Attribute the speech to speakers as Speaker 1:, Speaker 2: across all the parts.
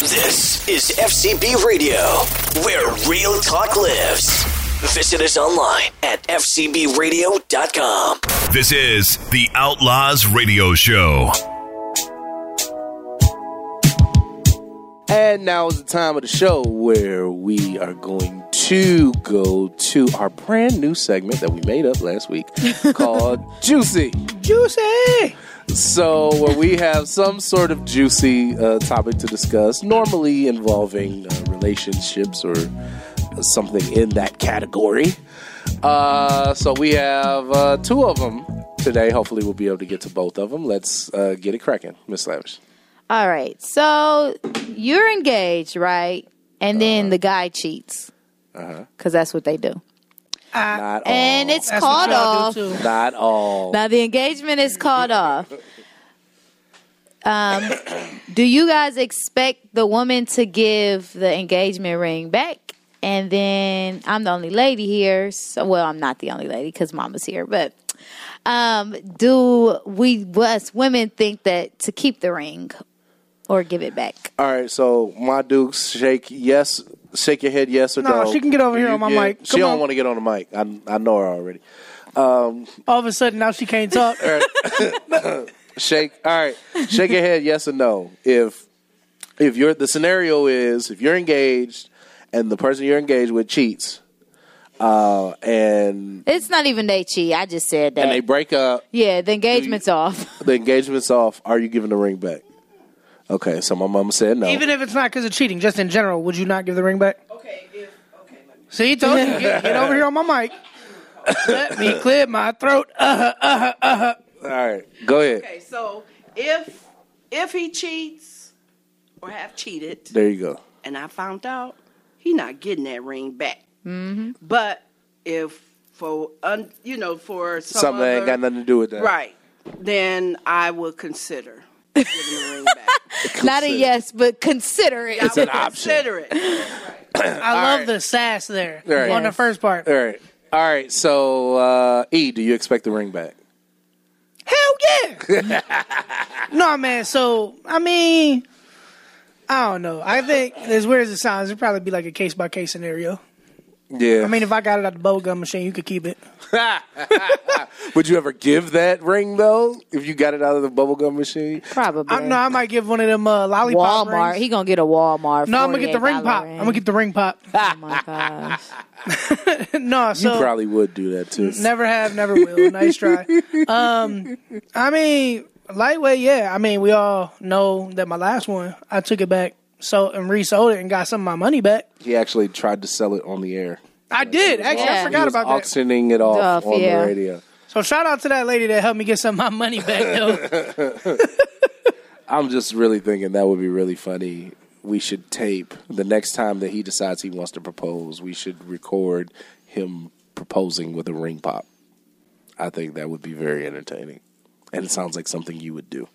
Speaker 1: This is FCB Radio, where real talk lives. Visit us online at fcbradio.com.
Speaker 2: This is the Outlaws Radio Show.
Speaker 3: And now is the time of the show where we are going to go to our brand new segment that we made up last week called Juicy. Juicy! So, where we have some sort of juicy uh, topic to discuss, normally involving uh, relationships or uh, something in that category. Uh, so, we have uh, two of them today. Hopefully, we'll be able to get to both of them. Let's uh, get it cracking, Miss Lavish.
Speaker 4: All right. So you're engaged, right? And then the guy cheats. Because that's what they do.
Speaker 3: Not all.
Speaker 4: And it's called off.
Speaker 3: Not all.
Speaker 4: Now the engagement is called off. Um, do you guys expect the woman to give the engagement ring back? And then I'm the only lady here. So, well, I'm not the only lady because Mama's here. But um, do we, us women, think that to keep the ring or give it back?
Speaker 3: All right, so my Dukes, shake yes, shake your head yes or no.
Speaker 5: No, she can get over here
Speaker 3: You
Speaker 5: on my
Speaker 3: get-
Speaker 5: mic.
Speaker 3: She
Speaker 5: Come
Speaker 3: don't
Speaker 5: on.
Speaker 3: want to get on the mic. I I know her already.
Speaker 5: All of a sudden, now she can't talk.
Speaker 3: Shake. All right, shake your head yes or no. If if you're the scenario is if you're engaged and the person you're engaged with cheats, uh, and
Speaker 4: It's not even they cheat. I just said that.
Speaker 3: and they break up,
Speaker 4: yeah, the engagement's off.
Speaker 3: the engagement's off. Are you giving the ring back? Okay, so my mama said no.
Speaker 5: Even if it's not because of cheating, just in general, would you not give the ring back? Okay. okay. See, he told you. Get, get over here on my mic. Let me clear my throat. Uh-huh, uh-huh, uh-huh.
Speaker 3: all right, go ahead.
Speaker 6: Okay, so if if he cheats or have cheated,
Speaker 3: There you go.
Speaker 6: and I found out, he not getting that ring back. But if for un, you know for some
Speaker 3: Something that ain't
Speaker 6: other-
Speaker 3: got nothing to do with that.
Speaker 6: right, then I would consider giving the ring back.
Speaker 4: Not a yes, but consider it.
Speaker 6: I would consider it.
Speaker 5: I love the sass there
Speaker 3: right.
Speaker 5: on the
Speaker 4: Yes.
Speaker 5: first part.
Speaker 3: All right. All right. So, uh, E, do you expect the ring back?
Speaker 5: Hell yeah. no, man. So, I mean, I don't know. I think, as weird as it sounds, it'd probably be like a case by case scenario.
Speaker 3: Yeah.
Speaker 5: I mean, if I got it out the bubble gum machine, you could keep it.
Speaker 3: would you ever give that ring though if you got it out of the bubblegum machine?
Speaker 4: Probably.
Speaker 5: I, no, I might give one of them uh, lollipop
Speaker 4: Walmart.
Speaker 5: rings.
Speaker 4: He gonna get a Walmart.
Speaker 5: No, I'm gonna get the ring
Speaker 4: $48
Speaker 5: pop. I'm gonna get the ring pop.
Speaker 4: Oh my gosh.
Speaker 5: no,
Speaker 3: You
Speaker 5: so
Speaker 3: probably would do that too.
Speaker 5: never have, never will. nice try. Um, I mean, lightweight. Yeah, I mean, we all know that my last one, I took it back, so and resold it and got some of my money back.
Speaker 3: He actually tried to sell it on the air.
Speaker 5: I did actually.
Speaker 4: Yeah.
Speaker 5: I
Speaker 3: he
Speaker 5: forgot
Speaker 3: was
Speaker 5: about that.
Speaker 3: auctioning it off
Speaker 4: Off,
Speaker 3: on
Speaker 4: yeah.
Speaker 3: the radio.
Speaker 5: So shout out to that lady that helped me get some of my money back. Though
Speaker 3: I'm just really thinking that would be really funny. We should tape the next time that he decides he wants to propose. We should record him proposing with a ring pop. I think that would be very entertaining, and it sounds like something you would do.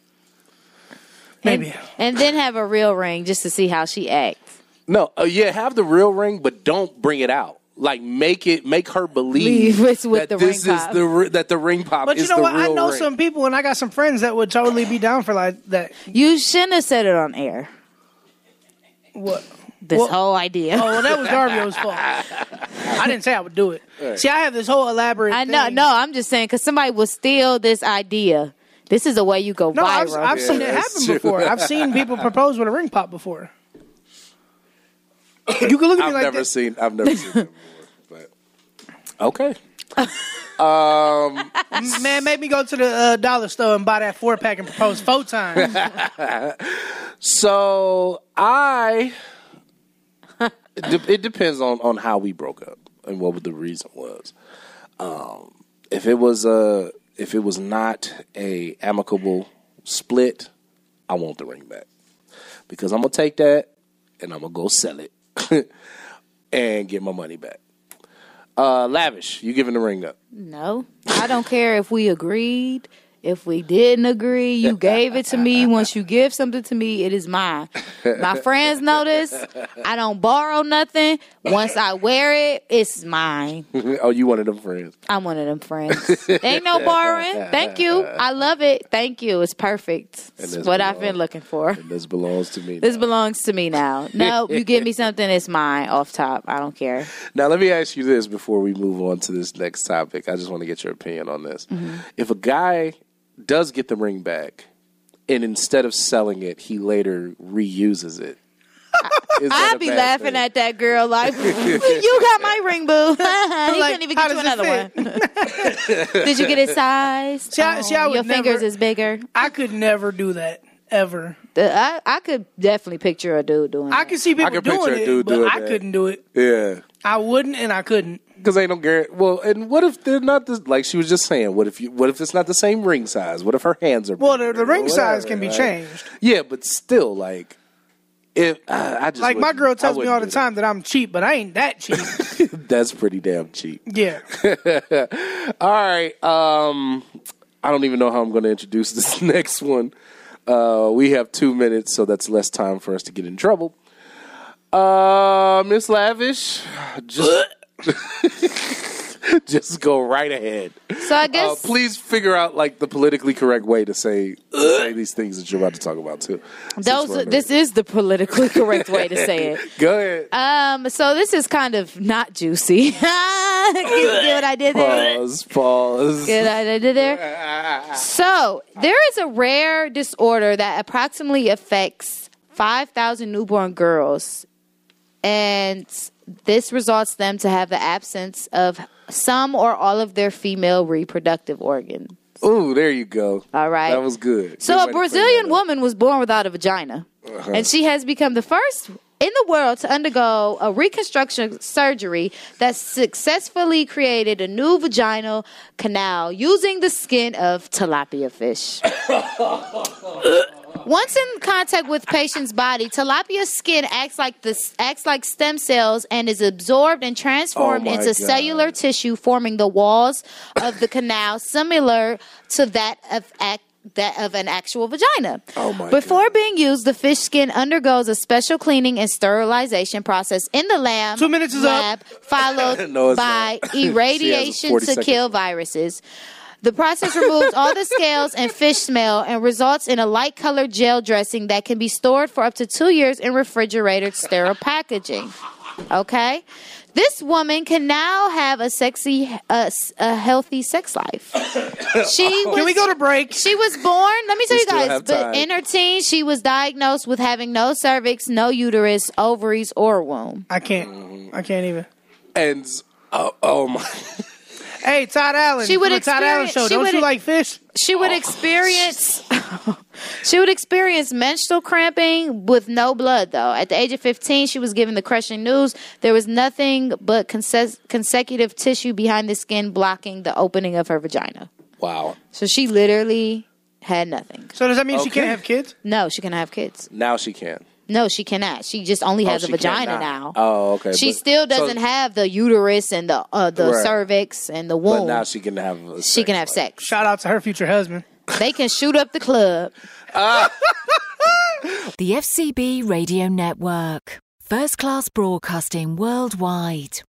Speaker 5: maybe.
Speaker 4: And then have a real ring just to see how she acts.
Speaker 3: No, uh, yeah, have the real ring, but don't bring it out. Like make it make her believe
Speaker 4: Leave it's
Speaker 3: that
Speaker 4: with the
Speaker 3: this
Speaker 4: ring
Speaker 3: is
Speaker 4: pop.
Speaker 3: the re- that the ring pop.
Speaker 5: But you
Speaker 3: is
Speaker 5: know
Speaker 3: the
Speaker 5: what? I
Speaker 3: real
Speaker 5: know
Speaker 3: ring.
Speaker 5: some people, and I got some friends that would totally be down for like that.
Speaker 4: You shouldn't have said it on air.
Speaker 5: What?
Speaker 4: This
Speaker 5: Well-
Speaker 4: whole idea.
Speaker 5: Oh well, that was Darvio's fault. I didn't say I would do it. See, I have this whole elaborate.
Speaker 4: I know.
Speaker 5: thing.
Speaker 4: No, I'm just saying because somebody will steal this idea. This is a way you go
Speaker 5: No, I've,
Speaker 4: viral.
Speaker 5: I've seen it
Speaker 3: that's
Speaker 5: happen
Speaker 3: true.
Speaker 5: before. I've seen people propose with a ring pop before. You can look at me
Speaker 3: I've
Speaker 5: like
Speaker 3: never
Speaker 5: that.
Speaker 3: seen. I've never seen. That before, but okay. Um,
Speaker 5: Man, make me go to the uh, dollar store and buy that four pack and propose four times.
Speaker 3: So I, it, de- it depends on on how we broke up and what the reason was. Um, if it was a if it was not a amicable split, I want the ring back because I'm gonna take that and I'm gonna go sell it and get my money back. Uh, lavish, you giving the ring up?
Speaker 4: no, I don't care if we agreed. If we didn't agree, you gave it to me. Once you give something to me, it is mine. My friends know this. I don't borrow nothing. Once I wear it, it's mine.
Speaker 3: oh, you one of them friends.
Speaker 4: I'm one of them friends. Ain't no borrowing. Thank you. I love it. Thank you. It's perfect. It's
Speaker 3: this
Speaker 4: what I've been
Speaker 3: belongs-
Speaker 4: looking for.
Speaker 3: This belongs to me.
Speaker 4: This
Speaker 3: now.
Speaker 4: belongs to me now. No, you give me something, it's mine off top. I don't care.
Speaker 3: Now, let me ask you this before we move on to this next topic. I just want to get your opinion on this.
Speaker 4: Mm-hmm.
Speaker 3: If a guy does get the ring back, and instead of selling it, he later reuses it, is that
Speaker 4: I'd
Speaker 3: a
Speaker 4: be
Speaker 3: bad
Speaker 4: laughing
Speaker 3: thing?
Speaker 4: at that girl like, you got my ring, boo. he couldn't even
Speaker 5: how
Speaker 4: get you
Speaker 5: does it
Speaker 4: another one. Did you get it sized?
Speaker 5: See, I- see, I
Speaker 4: Oh,
Speaker 5: would
Speaker 4: your fingers
Speaker 5: never-
Speaker 4: is bigger.
Speaker 5: I could never do that ever.
Speaker 4: The- I, I could definitely picture a dude doing
Speaker 5: I
Speaker 4: that.
Speaker 5: could see people
Speaker 3: could
Speaker 5: doing
Speaker 3: picture a
Speaker 5: it,
Speaker 3: dude
Speaker 5: but
Speaker 3: doing
Speaker 5: I
Speaker 3: that.
Speaker 5: couldn't do it.
Speaker 3: Yeah,
Speaker 5: I wouldn't, and I couldn't.
Speaker 3: because they don't guarantee. Well, and what if they're not the, like she was just saying? What if you? What if it's not the same ring size? What if her hands are?
Speaker 5: Well, the,
Speaker 3: bigger
Speaker 5: the
Speaker 3: or
Speaker 5: ring size
Speaker 3: whatever,
Speaker 5: can be
Speaker 3: right?
Speaker 5: changed.
Speaker 3: Yeah, but still, like, if I I just
Speaker 5: Like my
Speaker 3: wouldn't-
Speaker 5: girl
Speaker 3: I
Speaker 5: tells me
Speaker 3: wouldn't
Speaker 5: all the
Speaker 3: do
Speaker 5: time that I'm cheap, but I ain't that cheap.
Speaker 3: that. that's pretty damn cheap.
Speaker 5: yeah.
Speaker 3: All right. Um, I don't even know how I'm going to introduce this next one. Uh, we have two minutes, so that's less time for us to get in trouble. Uh, Miss Lavish, just just go right ahead.
Speaker 4: so I
Speaker 3: Uh,
Speaker 4: guess
Speaker 3: please figure out like the politically correct way to say, say these things that you're about to talk about too. Since we're
Speaker 4: those.
Speaker 3: nerds.
Speaker 4: This is the politically correct way to say it.
Speaker 3: go ahead.
Speaker 4: Um, so this is kind of not juicy. see, see what I did there?
Speaker 3: pause. Pause.
Speaker 4: Good idea there. So there is a rare disorder that approximately affects 5,000 newborn girls, and this results them to have the absence of some or all of their female reproductive organ.
Speaker 3: Ooh, there you go.
Speaker 4: All right.
Speaker 3: that was good. Good
Speaker 4: So
Speaker 3: way to
Speaker 4: a
Speaker 3: clean
Speaker 4: Brazilian
Speaker 3: that up.
Speaker 4: woman was born without a vagina,
Speaker 3: Uh-huh.
Speaker 4: and she has become the first in the world to undergo a reconstruction surgery that successfully created a new vaginal canal using the skin of tilapia fish. Once in contact with patient's body, tilapia skin acts like this acts like stem cells and is absorbed and transformed
Speaker 3: Oh my
Speaker 4: into
Speaker 3: God.
Speaker 4: cellular tissue, forming the walls of the canal similar to that of ac- that of an actual vagina.
Speaker 3: Oh my
Speaker 4: Before being used, the fish skin undergoes a special cleaning and sterilization process in the lab.
Speaker 5: Two minutes is up.
Speaker 4: lab, followed
Speaker 3: No, it's
Speaker 4: by
Speaker 3: not. She has
Speaker 4: irradiation
Speaker 3: 40
Speaker 4: to
Speaker 3: seconds.
Speaker 4: kill viruses. The process removes all the scales and fish smell and results in a light colored gel dressing that can be stored for up to two years in refrigerated sterile packaging. Okay? This woman can now have a sexy, uh, s- a healthy sex life. She was,
Speaker 5: Can we go to break?
Speaker 4: She was born. Let me tell
Speaker 3: We
Speaker 4: you
Speaker 3: still
Speaker 4: guys.
Speaker 3: have time.
Speaker 4: But in her teens, she was diagnosed with having no cervix, no uterus, ovaries, or womb.
Speaker 5: I
Speaker 3: Mm.
Speaker 5: can't. I can't even.
Speaker 3: and s- oh, oh my.
Speaker 5: Hey, Todd Allen.
Speaker 4: She would
Speaker 5: from the Todd Allen
Speaker 4: experience-
Speaker 5: show.
Speaker 4: she
Speaker 5: Don't
Speaker 4: would
Speaker 5: you
Speaker 4: ex-
Speaker 5: like fish?
Speaker 4: She would experience she would experience menstrual cramping with no blood though. At the age of 15, she was given the crushing news there was nothing but conses- consecutive tissue behind the skin blocking the opening of her vagina.
Speaker 3: Wow.
Speaker 4: So she literally had nothing.
Speaker 5: So does that mean she
Speaker 3: Okay.
Speaker 5: can't have kids?
Speaker 4: No, she can have kids.
Speaker 3: Now she can.
Speaker 4: No, she cannot. She just only has a
Speaker 3: Oh, she
Speaker 4: vagina
Speaker 3: cannot.
Speaker 4: now.
Speaker 3: Oh, okay.
Speaker 4: She
Speaker 3: But-
Speaker 4: still doesn't
Speaker 3: so-
Speaker 4: have the uterus and the uh, the
Speaker 3: Right.
Speaker 4: cervix and the
Speaker 3: But
Speaker 4: womb.
Speaker 3: now she can have. A
Speaker 4: she can have
Speaker 3: sex life.
Speaker 4: sex.
Speaker 5: Shout out to her future husband.
Speaker 4: They can shoot up the club.
Speaker 7: The FCB Radio Network. First class broadcasting worldwide.